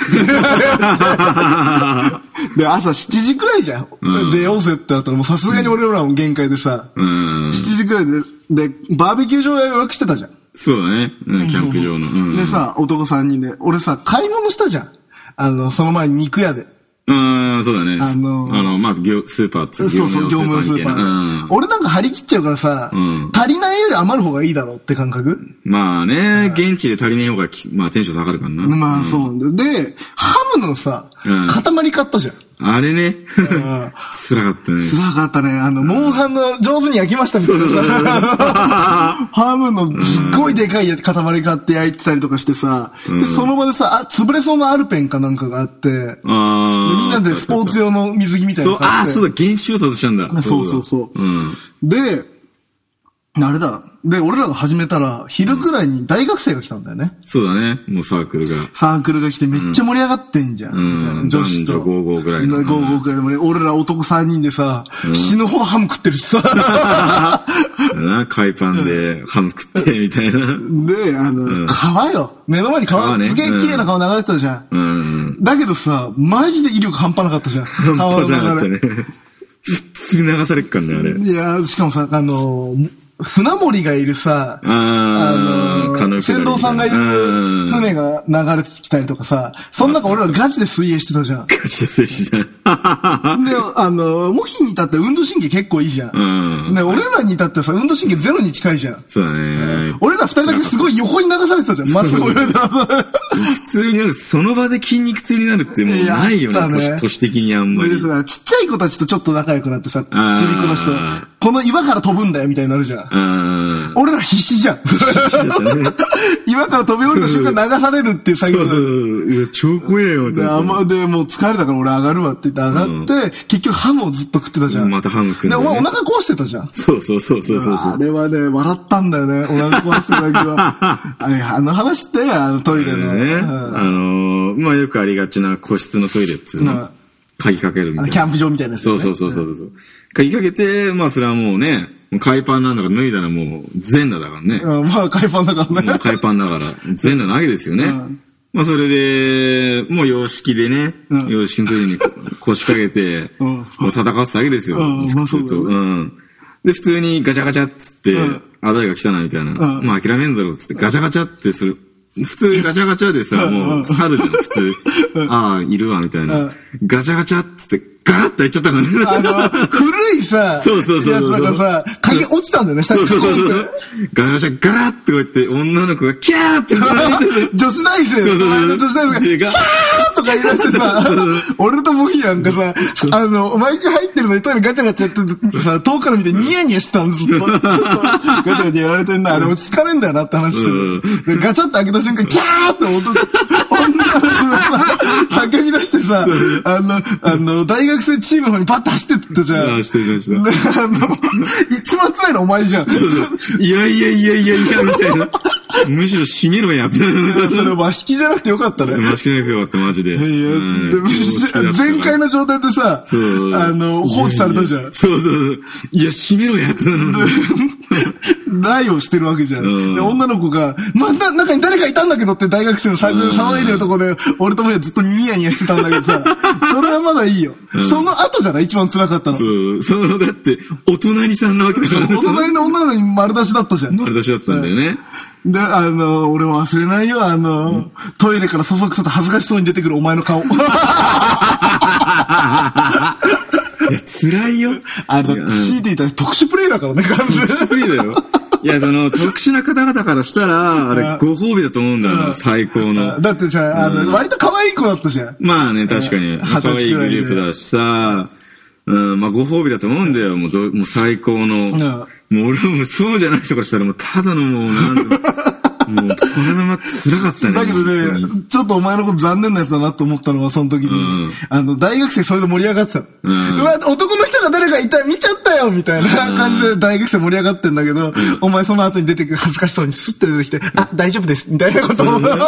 Speaker 1: で、朝7時くらいじゃん。
Speaker 2: うん
Speaker 1: 出ようぜってなったら、もうさすがに俺らも限界でさ、
Speaker 2: うーん
Speaker 1: 7。時くらいで、で、バーベキュー場予約してたじゃん。
Speaker 2: そうだね。うん、キャンプ場の。うん。
Speaker 1: でさ、男3人で、俺さ、買い物したじゃん。あの、その前に肉屋で。
Speaker 2: うーん、そうだね。
Speaker 1: あのー
Speaker 2: あの、まず、業スーパーっつ
Speaker 1: そうそう、業務用スー
Speaker 2: みたい
Speaker 1: パ
Speaker 2: な
Speaker 1: ー
Speaker 2: う
Speaker 1: で
Speaker 2: ん。
Speaker 1: 俺なんか張り切っちゃうからさ
Speaker 2: うん、
Speaker 1: 足りないより余る方がいいだろうって感覚
Speaker 2: まあね、現地で足りねえ方がき、まあテンション下がるからな。
Speaker 1: まあそう。で、ハムのさ
Speaker 2: うん、
Speaker 1: 塊買ったじゃん。
Speaker 2: あれね、
Speaker 1: うん
Speaker 2: 辛かったね。
Speaker 1: 辛かったね。あの、モンハンの上手に焼きましたみたいなさ。ハムのすっごいでかいやつ塊買って焼いてたりとかしてさ、でその場でさ、あ、潰れそうなアルペンかなんかがあって、
Speaker 2: あ
Speaker 1: で
Speaker 2: あ。
Speaker 1: みんなでスポーツ用の水着みたいな
Speaker 2: そう
Speaker 1: の、買
Speaker 2: あ
Speaker 1: っ
Speaker 2: あ、
Speaker 1: て
Speaker 2: そうだ、原酒を外したんだ。
Speaker 1: そうそうそう
Speaker 2: だうん。
Speaker 1: で、あれだ。で、俺らが始めたら、昼くらいに大学生が来たんだよね。
Speaker 2: そうだね、もうサークルが。
Speaker 1: サークルが来てめっちゃ盛り上がってんじゃん。
Speaker 2: うん
Speaker 1: みたいな女子と。
Speaker 2: 男女55ぐらいの
Speaker 1: うん55ぐらいのね。俺ら男3人でさ、死ぬほどハム食ってるしさ。
Speaker 2: な、海パンでハム食って、みたいな。
Speaker 1: で、あの、
Speaker 2: ん
Speaker 1: 川よ。目の前に川、
Speaker 2: 川ね
Speaker 1: すげえ綺麗な川流れてたじゃん。
Speaker 2: うん。
Speaker 1: だけどさ、マジで威力半端なかったじゃん。川
Speaker 2: 半端じゃな
Speaker 1: の
Speaker 2: かった
Speaker 1: 流れ。
Speaker 2: ね。普通に流されっかんね、あれ。
Speaker 1: いや、しかもさ、あの、船森がいるさ、
Speaker 2: あ
Speaker 1: あ
Speaker 2: あ、
Speaker 1: の、船頭さんがいる
Speaker 2: うん。
Speaker 1: 船が流れてきたりとかさ、その中俺らガチで水泳してた じゃん。で、
Speaker 2: が出世した。
Speaker 1: あの、モヒに至って運動神経結構いいじゃん。
Speaker 2: うん。
Speaker 1: で、俺らに至ってはさ、運動神経ゼロに近いじゃん。
Speaker 2: そうだね。
Speaker 1: 俺ら二人だけすごい横に流されてたじゃん。まっすぐ泳いで
Speaker 2: 普通になる、その場で筋肉痛になるってもうないよ
Speaker 1: や
Speaker 2: ね、
Speaker 1: ったね
Speaker 2: 年、年的にあんまり
Speaker 1: で。さ、ちっちゃい子たちとちょっと仲良くなってさ、ちびっ
Speaker 2: あー
Speaker 1: 子の人、この岩から飛ぶんだよみたいになるじゃん。
Speaker 2: うん。
Speaker 1: 俺ら必死じゃん。 岩から飛び降りた瞬間流されるっていう作
Speaker 2: そ
Speaker 1: 業
Speaker 2: う
Speaker 1: だ
Speaker 2: そう。いや、超怖えよ、みたい
Speaker 1: で、
Speaker 2: な
Speaker 1: あま、で、もう疲れたから俺上がるわって言って上がって、結局ハムをずっと食ってたじゃん。
Speaker 2: またハム食うん
Speaker 1: で、
Speaker 2: だ
Speaker 1: お
Speaker 2: ね
Speaker 1: 前お腹壊してたじゃん。
Speaker 2: そうそうそうそうそうそ
Speaker 1: あ
Speaker 2: う。
Speaker 1: れはね、笑ったんだよね。お腹壊してた時 は。あれ、あの話って、あのトイレ
Speaker 2: ね。
Speaker 1: の。
Speaker 2: あ
Speaker 1: うん
Speaker 2: のー、まあよくありがちな個室のトイレっていう
Speaker 1: うん
Speaker 2: の。鍵かけるみ
Speaker 1: あ
Speaker 2: た
Speaker 1: の
Speaker 2: い
Speaker 1: キャン
Speaker 2: な。
Speaker 1: プ場みたいなやつ、
Speaker 2: そうそうそうそうそう。鍵かけて、まあそれはもうね、もう海パンなんだから脱いだらもう全裸だからね。
Speaker 1: うん。まあ、海パンだから
Speaker 2: もう
Speaker 1: ね。
Speaker 2: 海パンだから、全裸なわけですよね。
Speaker 1: うん
Speaker 2: まあそれで、もう洋式でね、
Speaker 1: うん
Speaker 2: 洋式の時にこ腰掛けて、
Speaker 1: うん
Speaker 2: もう戦ってたわけですよ。
Speaker 1: うんまあそうだね
Speaker 2: 普通とうん。で、普通にガチャガチャっつって、
Speaker 1: うん
Speaker 2: あ、誰が来たなみたいな。
Speaker 1: ん
Speaker 2: まあ諦めんだろうっつって、ガチャガチャってする。普通ガチャガチャでさ、
Speaker 1: うん。
Speaker 2: もう去るじゃん、普通。ああ、いるわ、みたいうなんガチャガチャっつって、ガラッと開いちゃったからね。
Speaker 1: あの、古いさ、
Speaker 2: そうそうそうそう
Speaker 1: やつだからさ、鍵落ちたんだよね、下
Speaker 2: そ
Speaker 1: に。
Speaker 2: うそうそうそう。ガチャガチャガラッとこうやって、女の子がキャ ーって笑ってて
Speaker 1: 女子大生、
Speaker 2: そうそうそう
Speaker 1: 隣の女子大生
Speaker 2: で
Speaker 1: が、
Speaker 2: か
Speaker 1: キャーとか言い出してさ、俺とモヒなんかさ、あの、マイク入ってるのにトイレガチャガチャやっててさ、遠くから見てニヤニヤしてたんですずっとガチャガチャやられてんな、あれ落ち着かねえんだよなって話してる。でガチャって開けた瞬間、キャーって音が、女の子がさ 叫び出してさ、あの、あの、大学生チームの方にパッて走ってったじゃ
Speaker 2: あ
Speaker 1: ん。
Speaker 2: あ、してるして
Speaker 1: で、
Speaker 2: る。
Speaker 1: あの、一番辛いのお前じゃ ん。
Speaker 2: いやいやいやいやいや、みたいな。むしろ閉めろや、みたいな。
Speaker 1: それ、和式じゃなくてよかったね。
Speaker 2: マシじゃなくてよかった、マジで。
Speaker 1: いや、
Speaker 2: うん
Speaker 1: でもし前回の状態でさ、
Speaker 2: そう
Speaker 1: あの、放置されたじゃん。
Speaker 2: そうそうそう。いや、閉めろや、ってなる
Speaker 1: 台をしてるわけじゃん。
Speaker 2: うん
Speaker 1: で、女の子が、まあ、な、中に誰かいたんだけどって大学生のサークルで騒いでるとこで、俺ともずっとニヤニヤしてたんだけど さ、それはまだいいよ。その後じゃない一番辛かったの。
Speaker 2: そう。その、だって、お隣さんなわけだから
Speaker 1: お
Speaker 2: ね。
Speaker 1: 隣の女の子に丸出しだったじゃん。
Speaker 2: 丸出しだったんだよね。
Speaker 1: で、あの、俺は忘れないよ、あの、トイレからそそくさと恥ずかしそうに出てくるお前の顔。
Speaker 2: いや、辛いよ。
Speaker 1: あの
Speaker 2: いや、
Speaker 1: 強いていたら特殊プレイだからね、完全に。
Speaker 2: 不利だよ。いや、その、特殊な方々からしたら、あれ
Speaker 1: うん、
Speaker 2: ご褒美だと思うんだよな、最高 の。
Speaker 1: だってじゃあ、あ
Speaker 2: うん
Speaker 1: の、割と可愛い子だったじゃん。
Speaker 2: まあね、確かに、
Speaker 1: 二十歳
Speaker 2: 可愛いグループだしさ、うん、まあご褒美だと思うんだよ、もうど、もう最高の。
Speaker 1: ん
Speaker 2: もう俺もそうじゃない人からしたらもうただのもう、なんていうのももう、虎の間辛かったね。
Speaker 1: だけど
Speaker 2: 本当に
Speaker 1: ね、ちょっとお前のこと残念なやつだなと思ったのは、その時に、
Speaker 2: うん
Speaker 1: あの、大学生それで盛り上がってたの。うんわ、男の人が誰かいた、見ちゃったよみたいな感じで大学生盛り上がってんだけど、お前その後に出てくる恥ずかしそうにスッて出てきて、あ、大丈夫です、みたいなことを 言って、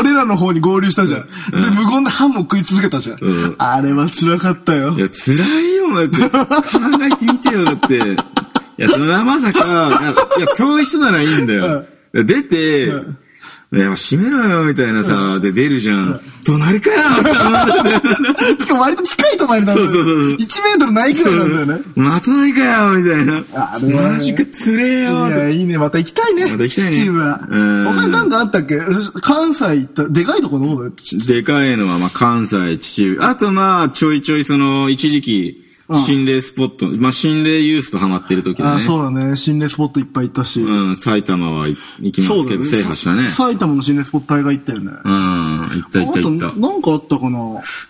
Speaker 1: 俺らの方に合流したじゃん。で、無言でハムを食い続けたじゃん。
Speaker 2: うん
Speaker 1: あれは辛かったよ
Speaker 2: い。や、辛いよ、だって。考えてみてよ、だって。いや、それはまさか、いや、遠い人ならいいんだよ。出て、いや、閉めろよ、みたいなさ、で、出るじゃん。隣かよ、
Speaker 1: しかも割と近い隣なんだよ。
Speaker 2: そうそうそう
Speaker 1: 1メートルないくらいなんだよね。
Speaker 2: また何かよ、みたいな。
Speaker 1: あれは
Speaker 2: マジか、つれえよ、
Speaker 1: い
Speaker 2: と
Speaker 1: や、いいね。また行きたいね。
Speaker 2: また行きたいね
Speaker 1: チームは。
Speaker 2: うん
Speaker 1: 他に何かあったっけ関西行った、でかいとこどこだよ。
Speaker 2: でかいのは、まあ、関西、秩父。あと、まあ、ちょいちょい、その、一時期、心霊スポット、まあ、心霊ユースとハマってる時だ
Speaker 1: あ
Speaker 2: ね。
Speaker 1: そうだね。心霊スポットいっぱい行ったし。
Speaker 2: うん、埼玉は行きま
Speaker 1: そう
Speaker 2: す
Speaker 1: だ
Speaker 2: け
Speaker 1: ね。
Speaker 2: ど、制覇したね。
Speaker 1: 埼玉の心霊スポット大会行ったよね。
Speaker 2: うん、行った行った行った
Speaker 1: あと。なんかあったかな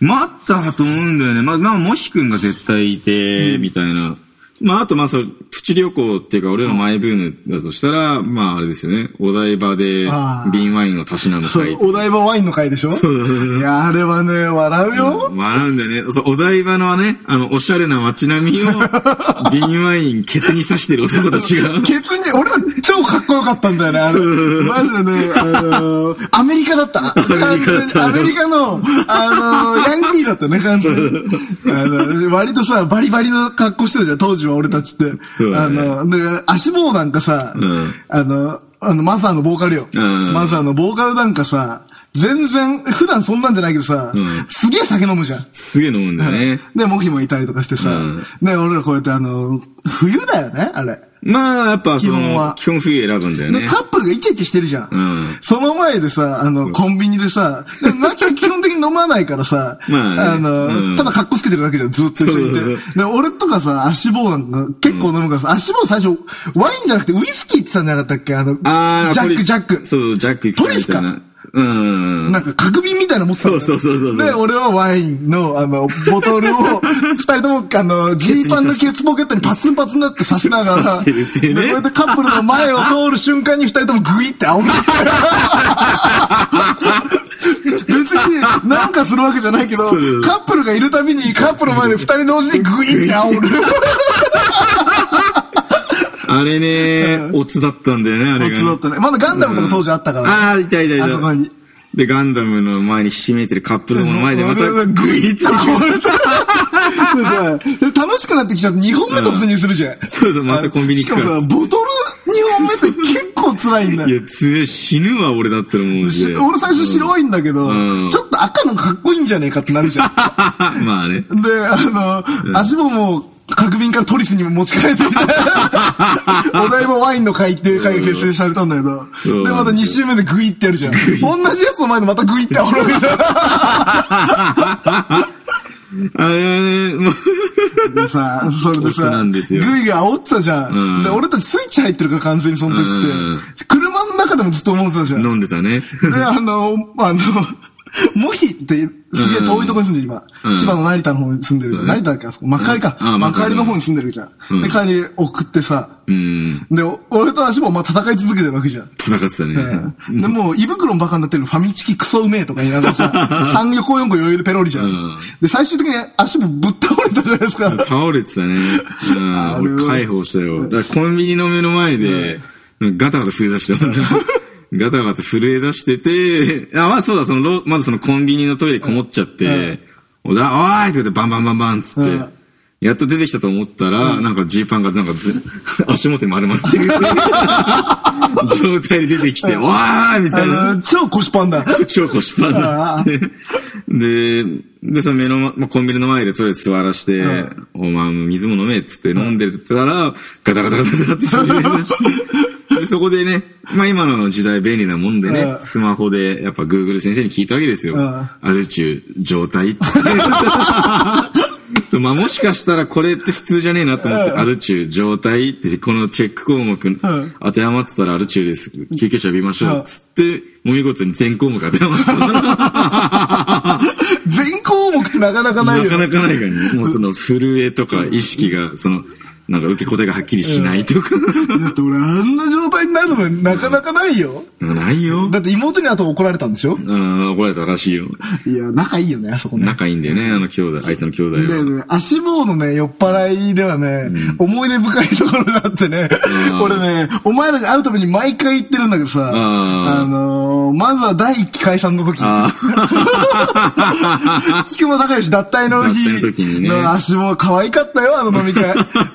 Speaker 2: まあ、あったと思うんだよね。まあ、まあ、もしくんが絶対いて、みたいな。まあ、あと、まあ、そう、プチ旅行っていうか、俺らのマイブームだとしたら、まあ、あれですよね。お台場で
Speaker 1: あー、
Speaker 2: 瓶ワインをたしなむ
Speaker 1: そ
Speaker 2: 会
Speaker 1: う、お台場ワインの会でしょいや、あれはね、笑うよ。
Speaker 2: 笑うんだよね。そう、お台場のね、あの、おしゃれな街 並みを、瓶ワイン、ケツに刺してる男たちが。
Speaker 1: ケツに、俺ら超かっこよかったんだよね、あれ。マジでね、あのーアメリカだった。
Speaker 2: メリカだった
Speaker 1: アメリカの、あのーヤンキーだったね、完全に。あの、割とさ、バリバリの格好してたじゃん、当時は俺たちって。
Speaker 2: そう
Speaker 1: あ
Speaker 2: だね
Speaker 1: の、で、足棒なんかさ、
Speaker 2: うん
Speaker 1: あの、あの、マザーのボーカルよ。
Speaker 2: うん
Speaker 1: マザーのボーカルなんかさ、全然、普段そんなんじゃないけどさ、
Speaker 2: うん
Speaker 1: すげえ酒飲むじゃん。
Speaker 2: すげえ飲むんだよね。
Speaker 1: で、モヒもいたりとかしてさ、
Speaker 2: うん
Speaker 1: で、俺らこうやってあの、冬だよね、あれ。
Speaker 2: まあ、やっぱ、そ
Speaker 1: 基本は
Speaker 2: の、基本冬選ぶんだよ
Speaker 1: で、
Speaker 2: ね。
Speaker 1: カップルがイチャイチャしてるじゃん。
Speaker 2: うん
Speaker 1: その前でさ、あの、コンビニでさ、でマキは基本的に飲まないからさ、
Speaker 2: まあね
Speaker 1: の、
Speaker 2: うん
Speaker 1: ただ格好つけてるだけじゃん、ずっと一緒にい
Speaker 2: そう
Speaker 1: て。で、俺とかさ、足棒なんか結構飲むからさ、足棒最初、ワインじゃなくてウイスキーって言ってたんじゃなかったっけあの、
Speaker 2: あー
Speaker 1: ジャッ
Speaker 2: こ
Speaker 1: ク、
Speaker 2: れ
Speaker 1: ジャック。
Speaker 2: そう、ジャック行きたいみたい
Speaker 1: ト
Speaker 2: な。うん。
Speaker 1: なんか角瓶みたいなの持ってたのよ
Speaker 2: そうそうそうそうそう
Speaker 1: で、俺はワインの、あの、ボトルを、二人とも、あの、ジーパンのケツポケットにパツンパツンになって刺しながら、
Speaker 2: 刺してるっていうね
Speaker 1: で、こうやってカップルの前を通る瞬間に二人ともグイって煽る。別に、なんかするわけじゃないけど、カ
Speaker 2: そう
Speaker 1: ップルがいるたびに、カップルの前で二人同時にグイって煽 る。
Speaker 2: あれね、オツだったんだよね、あれがね。
Speaker 1: そうだったね。まだガンダムとか当時あったからね。
Speaker 2: ああ、いたいたいた。
Speaker 1: あそこに。
Speaker 2: で、ガンダムの前にひしめいてるカップルの前でまた、
Speaker 1: うんうん
Speaker 2: グイッと。
Speaker 1: でさ楽しくなってきちゃって2本目突入するじゃん。
Speaker 2: そうそう、またコンビニ
Speaker 1: しか
Speaker 2: 行
Speaker 1: も
Speaker 2: くから
Speaker 1: さ、。ボトル2本目って結構辛いんだ
Speaker 2: い
Speaker 1: よ。
Speaker 2: や、つえ、死ぬわ、俺だったらもう。
Speaker 1: し俺最初白いんだけど、
Speaker 2: うん
Speaker 1: ちょっと赤のかっこいいんじゃねえかってなるじゃん。 で、
Speaker 2: い。 まあね。
Speaker 1: あの、足ももう、角瓶からトリスにも持ち帰ってみたいなお台場ワインの会っていう会が結成されたんだけど、
Speaker 2: うん
Speaker 1: で、また2周目でグイってやるじゃん。同じやつの前でまたグイってやるわけじゃん。
Speaker 2: あれね、もう、
Speaker 1: でさ、それで
Speaker 2: そう
Speaker 1: さ、
Speaker 2: なんですよ
Speaker 1: グイが煽ってたじゃん,、
Speaker 2: うん
Speaker 1: で、俺たちスイッチ入ってるから完全にその時って、
Speaker 2: うん
Speaker 1: 車の中でもずっと思ってたじゃん。
Speaker 2: 飲んで たね。
Speaker 1: で、あの、あの、 モヒって、すげえ遠いとこに住んでる、今。
Speaker 2: うん
Speaker 1: 千葉の成田の方に住んでるじゃん。
Speaker 2: うん
Speaker 1: 成田だっけあそこ。幕張か。
Speaker 2: うんあ
Speaker 1: 幕
Speaker 2: 幕
Speaker 1: 張
Speaker 2: 張
Speaker 1: の方に住んでるじゃん。
Speaker 2: ん
Speaker 1: で、帰り送ってさ。
Speaker 2: うん。
Speaker 1: で、お俺と足もまあ戦い続けてるわけじゃん。
Speaker 2: 戦ってたね。
Speaker 1: で、もう、胃袋もバカになってるファミチキクソうめえとか言いながらさ、3横4個余裕 でペロリじゃん。
Speaker 2: うん
Speaker 1: で、最終的に足もぶっ倒れたじゃないですか。
Speaker 2: 倒れてたね。うん
Speaker 1: あれは
Speaker 2: 俺解放したよ。だからコンビニの目の前で、ガタガタ震え出したもんね ガタガタ震え出してて、あ、まあそうだ、そのロ、まずそのコンビニのトイレこもっちゃって、おだ、おーいって言ってバンバンバンバンっつっ
Speaker 1: うん
Speaker 2: て、やっと出てきたと思ったら、なんかジーパンがなんかず、 足元に丸まっ てる状態で出てきて、おーいみた
Speaker 1: あ
Speaker 2: いな。
Speaker 1: の、超腰パンだ。
Speaker 2: 超腰パンだって。で、で、その目の前、まあ、コンビニの前でとりあえず座らして、
Speaker 1: ん
Speaker 2: お前水も飲めっつって飲んでるって言ったら、ガタガタガタガタって震え 出して。でそこでね、まあ今の時代便利なもんでね、
Speaker 1: うん
Speaker 2: スマホでやっぱ Google 先生に聞いたわけですよ。
Speaker 1: うん
Speaker 2: アルチュー状態って。 まあもしかしたらこれって普通じゃねえなと思って、
Speaker 1: うん
Speaker 2: アルチュー状態ってこのチェック項目
Speaker 1: ん
Speaker 2: 当てはまってたらアルチューです。救急車呼びましょうっつって、お見事に全項目当てはまってた。
Speaker 1: 全項目ってなかなかない
Speaker 2: な
Speaker 1: よ。
Speaker 2: かなかないからね。もうその震えとか意識が、その、なんか受け答えがはっきりしないとか。
Speaker 1: だって俺あんな状態になるのなかなかないよ。
Speaker 2: ないよ。
Speaker 1: だって妹に後怒られたんでしょ
Speaker 2: うん、怒られたらしいよ。
Speaker 1: いや、仲いいよね、あそこね。
Speaker 2: 仲いいんだよね、あの兄弟、あいつの兄弟
Speaker 1: で
Speaker 2: は。
Speaker 1: ね、足棒のね、酔っ払いではね、思い出深いところがあってね、
Speaker 2: うん
Speaker 1: 俺ね、お前らに会うために毎回言ってるんだけどさ、
Speaker 2: ん
Speaker 1: あのー、まずは第一期解散の時、
Speaker 2: あ
Speaker 1: 菊間隆義脱退の日
Speaker 2: 脱退の時にね
Speaker 1: の足棒可愛かったよ、あの飲み 会。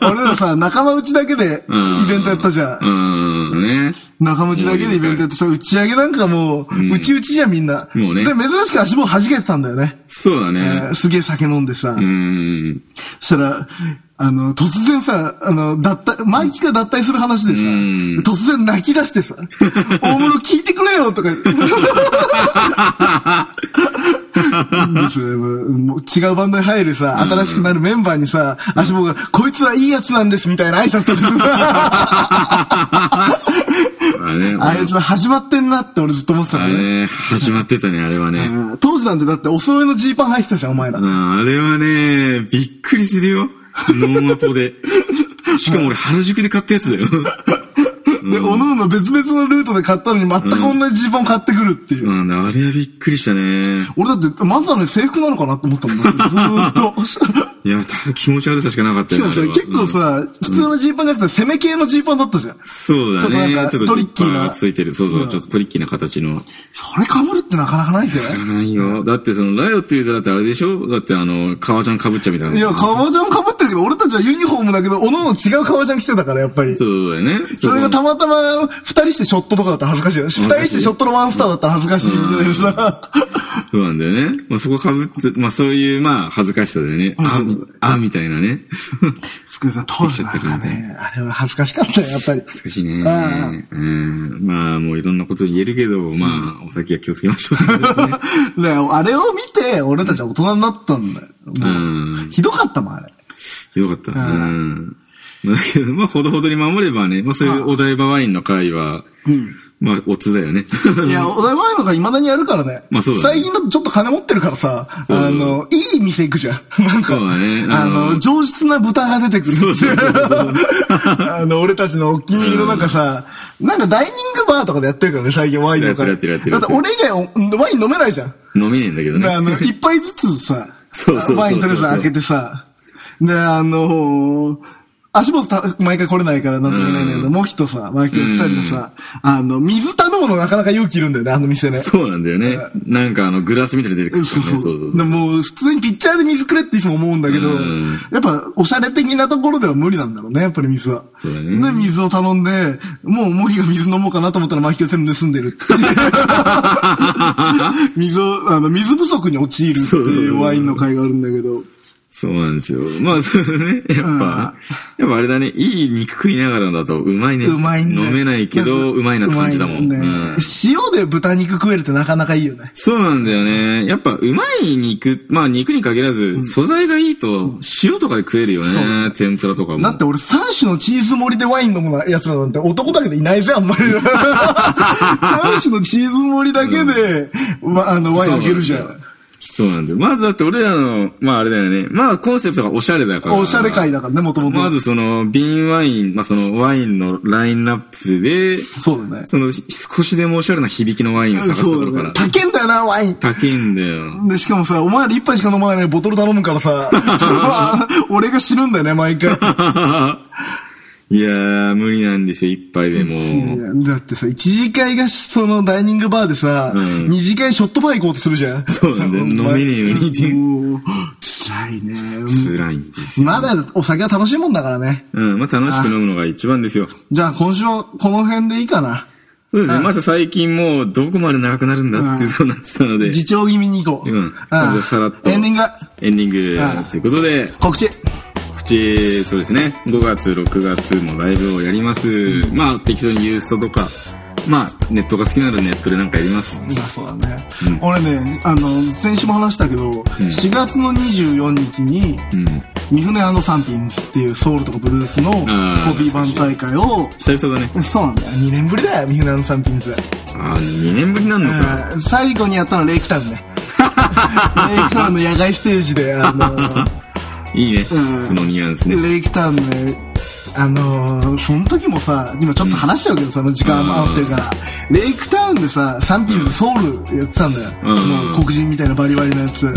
Speaker 1: 俺らさ、仲間内だけで
Speaker 2: うん
Speaker 1: イベントやったじゃん
Speaker 2: あ。。うん、ね。
Speaker 1: 仲間内だけでイベントやってさ、打ち上げなんかもう、うちうちじゃんみんな。
Speaker 2: もうね
Speaker 1: で、珍しく足棒弾けてたんだよね。
Speaker 2: そうだ
Speaker 1: え
Speaker 2: ね
Speaker 1: ー。すげえ酒飲んでさ、
Speaker 2: うん。
Speaker 1: そしたら、あの、突然さ、あの、脱退、マイキが脱退する話でさ、
Speaker 2: ん
Speaker 1: 突然泣き出して さ、大物聞いてくれよとか言って。ですねもう違うバンドに入るさ、新しくなるメンバーにさ、足棒が、こいつはいいやつなんですみたいな挨拶とかしてさ、
Speaker 2: あれね。
Speaker 1: あいつら始まってんなって俺ずっと思ってた
Speaker 2: あ
Speaker 1: のね。
Speaker 2: れ、始まってたね、あれはね。
Speaker 1: うん当時なんてだってお揃いのジーパン履いてたじゃん、お前ら。
Speaker 2: うんあれはね、びっくりするよ。ノーマ ポで。しかも俺、原宿で買ったやつだよ。
Speaker 1: で、おのおの別々のルートで買ったのに全く同じジーパンを買ってくるっていう。
Speaker 2: うん、あれはびっくりしたね。
Speaker 1: 俺だって、まずはね、制服なのかなって思ったもんね。ずーっ と。
Speaker 2: いや、ただ気持ち悪さしかなかった
Speaker 1: し
Speaker 2: よ
Speaker 1: かもさ、
Speaker 2: あれは
Speaker 1: 結構さ、普通のジーパンじゃなくて、攻め系のジーパンだったじゃん。
Speaker 2: そう
Speaker 1: ちょ
Speaker 2: だね。
Speaker 1: っとなんかトリッキーな
Speaker 2: ジッパがついてる。そうそう、
Speaker 1: うん
Speaker 2: ちょっとトリッキーな形の。
Speaker 1: それ被るってなかなかないぜ。
Speaker 2: いらないよ。だってその、ライオットユーザーだってあれでしょだってあの、革ジャン被っちゃうみたいな。
Speaker 1: いや、革ジャン被ってるけど、俺たちはユニフォームだけど、おのおの違う革ジャン着てたから、やっぱり。
Speaker 2: そうだよね。
Speaker 1: それがたまたま、二人してショットとかだったら恥ずかしいよ。二人してショットのワンスターだったら恥ずかしいみたいなさ。
Speaker 2: そうなんだよね。まあ、そこ被って、まあ、そういう、まあ、恥ずかしさだよね。あ、みあ、みたいなね。
Speaker 1: 福井さん、当時なんか ね、あれは恥ずかしかったよ、や っぱり。
Speaker 2: 恥ずかしいね。
Speaker 1: ああ
Speaker 2: うん。まあ、もういろんなこと言えるけど、まあ、お酒は気をつけ ましょうってことですね。
Speaker 1: ね、あれを見て、俺たちは大人になったんだよ。
Speaker 2: う。
Speaker 1: もうんひどかったもん、あれ。
Speaker 2: よかった。う
Speaker 1: うん
Speaker 2: ん。まあだけど、まあ、ほどほどに守ればね、まあ、そういうお台場ワインの会は、まあ、オツだよね。
Speaker 1: いや、お台場のが未だにやるからね。
Speaker 2: まあそうだね
Speaker 1: 最近だとちょっと金持ってるからさ、あ
Speaker 2: そう
Speaker 1: の、いい店行くじゃん。なんか、
Speaker 2: そうだね
Speaker 1: あの
Speaker 2: あの
Speaker 1: 上質な豚が出てくる。
Speaker 2: そうそうそう
Speaker 1: あの、俺たちのお気に入りのなんかさ、なんかダイニングバーとかでやってるからね、最近ワインの会。
Speaker 2: やってるやってる
Speaker 1: だ
Speaker 2: や
Speaker 1: っ
Speaker 2: っててる
Speaker 1: 俺以外おワイン飲めないじゃん。
Speaker 2: 飲めねえんだけど
Speaker 1: で
Speaker 2: ね。
Speaker 1: あの、一杯ずつさ、
Speaker 2: そうそうそうそう
Speaker 1: ワインとりあえず開けてさ、で、あのー足元た毎回来れないからなんとも言えないんだけど、
Speaker 2: うん
Speaker 1: モヒとさ、マイケル二人でさ、あの、水頼むのなかなか勇気いるんだよね、あの店ね。
Speaker 2: そうなんだよね。なんかあの、グラスみたいに出てくるからね。そうそう
Speaker 1: で
Speaker 2: そう。
Speaker 1: もう、普通にピッチャーで水くれっていつも思うんだけど
Speaker 2: うん、
Speaker 1: やっぱ、おしゃれ的なところでは無理なんだろうね、やっぱり水は。
Speaker 2: そうだね
Speaker 1: で、水を頼んで、もう、モヒが水飲もうかなと思ったら、マヒが全部盗んでるっていう水を、あの、水不足に陥るって
Speaker 2: そうそう
Speaker 1: い
Speaker 2: そうう
Speaker 1: ワインの会があるんだけど。
Speaker 2: そうなんですよ。まあ、そうね。やっぱ、やっぱあれだね。いい肉食いながらだと、うまいね。
Speaker 1: うまいんだよ
Speaker 2: 飲めないけど、うまいなって感じだも。
Speaker 1: うんまいね
Speaker 2: うん
Speaker 1: 塩で豚肉食えるってなかなかいいよね。
Speaker 2: そうなんだよね。やっぱ、うまい肉、まあ肉に限らず、素材がいいと、塩とかで食えるよね。天ぷらとかも。
Speaker 1: だって俺3種のチーズ盛りでワイン飲む奴らなんて男だけでいないぜ、あん まり。3種のチーズ盛りだけで、わあの、ワインあげるじゃん。
Speaker 2: そうなんだよ。まずだって俺らの、まああれだよね。まあコンセプトがおしゃれだから。
Speaker 1: おしゃれ会だからね、もともと。
Speaker 2: まずその、瓶ワイン、まあそのワインのラインナップで、
Speaker 1: そうだね。
Speaker 2: その少しでもおしゃれな響きのワインを探すとこ
Speaker 1: そう
Speaker 2: ろか
Speaker 1: だね
Speaker 2: ら。。
Speaker 1: 高えんだよな、ワイン。
Speaker 2: 高いんだよ。
Speaker 1: で、しかもさ、お前ら一杯しか飲まないのにボトル頼むから さ、 俺が死ぬんだよね、毎回。
Speaker 2: いやー、無理なんですよ、一杯で
Speaker 1: い
Speaker 2: も。
Speaker 1: やだってさ、一次会がそのダイニングバーでさ、
Speaker 2: うん
Speaker 1: 二次会ショットバー行こうとするじゃん。
Speaker 2: そうなんだ よ
Speaker 1: お前
Speaker 2: 飲めねえよ二次
Speaker 1: もう辛いね。
Speaker 2: 辛いんですよ。
Speaker 1: まだお酒は楽しいもんだからね。
Speaker 2: うん、まあ楽しく飲むのが一番ですよ。
Speaker 1: じゃあ今週はこの辺でいいかな。
Speaker 2: そうです
Speaker 1: う
Speaker 2: ね。
Speaker 1: ん
Speaker 2: まず最近もう、どこまで長くなるんだっ
Speaker 1: うん
Speaker 2: てそうなってたので。
Speaker 1: 自重気味に行こう。
Speaker 2: うんじゃあさらっと
Speaker 1: エンディング
Speaker 2: エンディングということで、
Speaker 1: 告知。
Speaker 2: 口、そうですね、5月、6月もライブをやります。まあ、適当にユーストとか、まあ、ネットが好きならネットでなんかやります。
Speaker 1: まあそうだね、俺ね、あの、先週も話したけど、4月の24日に、
Speaker 2: うん。
Speaker 1: 三船サンティンズっていうソウルとかブルースのコピー版大会を、
Speaker 2: 久々だね。
Speaker 1: そうなんだよ。2年ぶりだよ、三船サンティンズ。
Speaker 2: ああ、2年ぶりになるのか。
Speaker 1: うん最後にやったのはレイクタウ ンね。レイクタウンの野外ステージで、あの、
Speaker 2: いいね。
Speaker 1: ん
Speaker 2: そのニュアンスね。
Speaker 1: レイクタウンね、あのー、その時もさ、今ちょっと話しちゃうけど、その時間余ってるから、レイクタウンでさ、サンピーズソウルやってたんだよ。
Speaker 2: うん
Speaker 1: もう黒人みたいなバリバリのやつ。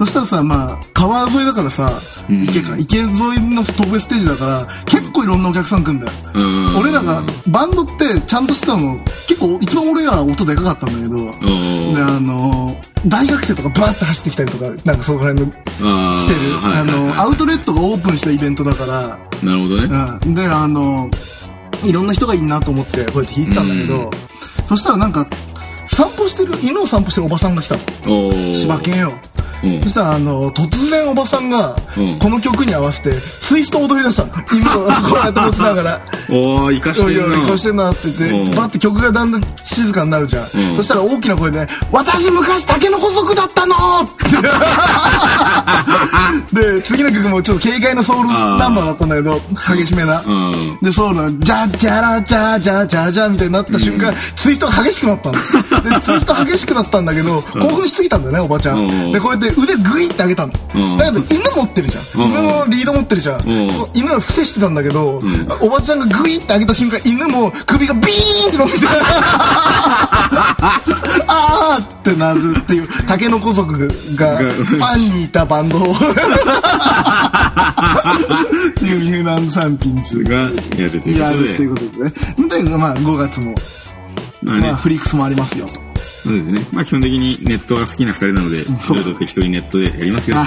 Speaker 1: そしたらさ、まあ、川沿いだからさ、
Speaker 2: ん
Speaker 1: 池か、池沿いの特別ステージだから、結構いろんなお客さん来んだよ。
Speaker 2: うん
Speaker 1: 俺らが、バンドってちゃんとしてたの、結構、一番俺ら音でかかったんだけど、
Speaker 2: おー
Speaker 1: で、あのー、大学生とかバーって走ってきたりとか、なんかそこら辺の
Speaker 2: あ
Speaker 1: 来
Speaker 2: ー
Speaker 1: てる、
Speaker 2: はい
Speaker 1: あ
Speaker 2: はいはい
Speaker 1: の、アウトレットがオープンしたイベントだから、
Speaker 2: なるほどね。
Speaker 1: うん、で、あの、いろんな人がいいなと思って、こうやって弾いてたんだけど、そしたらなんか、散歩してる、犬を散歩してるおばさんが来たの。
Speaker 2: おー
Speaker 1: 柴犬よ。
Speaker 2: うん
Speaker 1: そしたら、あの、突然おばさんが
Speaker 2: うん、
Speaker 1: この曲に合わせて、ツイスト踊り出したの。犬をこうやって持ちながら。
Speaker 2: おー、生かし
Speaker 1: お
Speaker 2: て
Speaker 1: い
Speaker 2: る
Speaker 1: おい、
Speaker 2: な。
Speaker 1: こうしてんなって言
Speaker 2: う
Speaker 1: っ
Speaker 2: ん
Speaker 1: て、バって曲がだんだん静かになるじゃん。
Speaker 2: ん
Speaker 1: そしたら大きな声で、私昔竹の子族だったのっ て。で、次の曲もちょっと軽快なソウルナンバーだったんだけど、激しめな。
Speaker 2: うん。
Speaker 1: で、そうなの、じゃじゃらじゃじゃじゃじゃみたいになった瞬間、ツイストが激しくなったの。で、ツイスト激しくなったんだけど、興奮しすぎたんだよね、おばちゃ
Speaker 2: うん
Speaker 1: ん。で、こうやって腕グイって上げたの。
Speaker 2: うん
Speaker 1: だけど、犬持ってるじゃん。
Speaker 2: うん
Speaker 1: 犬のリード持ってるじゃん。
Speaker 2: ん
Speaker 1: そう犬は伏せしてたんだけど、おばちゃんがグイって上げた瞬間、犬も首がビーンって伸びて、あーってなるっていう、竹の子族が、ファンにいたバンドを。っていうニューランドサンピンズ。
Speaker 2: が、やるという
Speaker 1: やるってい
Speaker 2: こ
Speaker 1: うことですね。で、まあ、5月も、
Speaker 2: とで。まあ
Speaker 1: まあ、
Speaker 2: ね、
Speaker 1: フリックスもありますよと。
Speaker 2: そうですね。まあ基本的にネットが好きな二人なので、い
Speaker 1: そう
Speaker 2: ろいろ適当にネットでやりますよ。
Speaker 1: あ、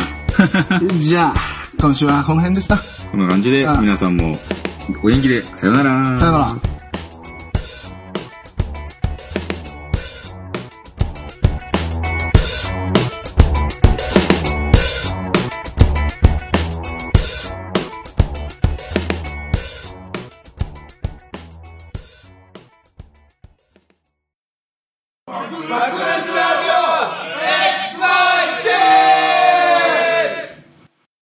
Speaker 1: じゃあ、今週はこの辺でした。さ
Speaker 2: こんな感じで
Speaker 1: あ、
Speaker 2: 皆さんも、お元気で、さよなら。
Speaker 1: よなら。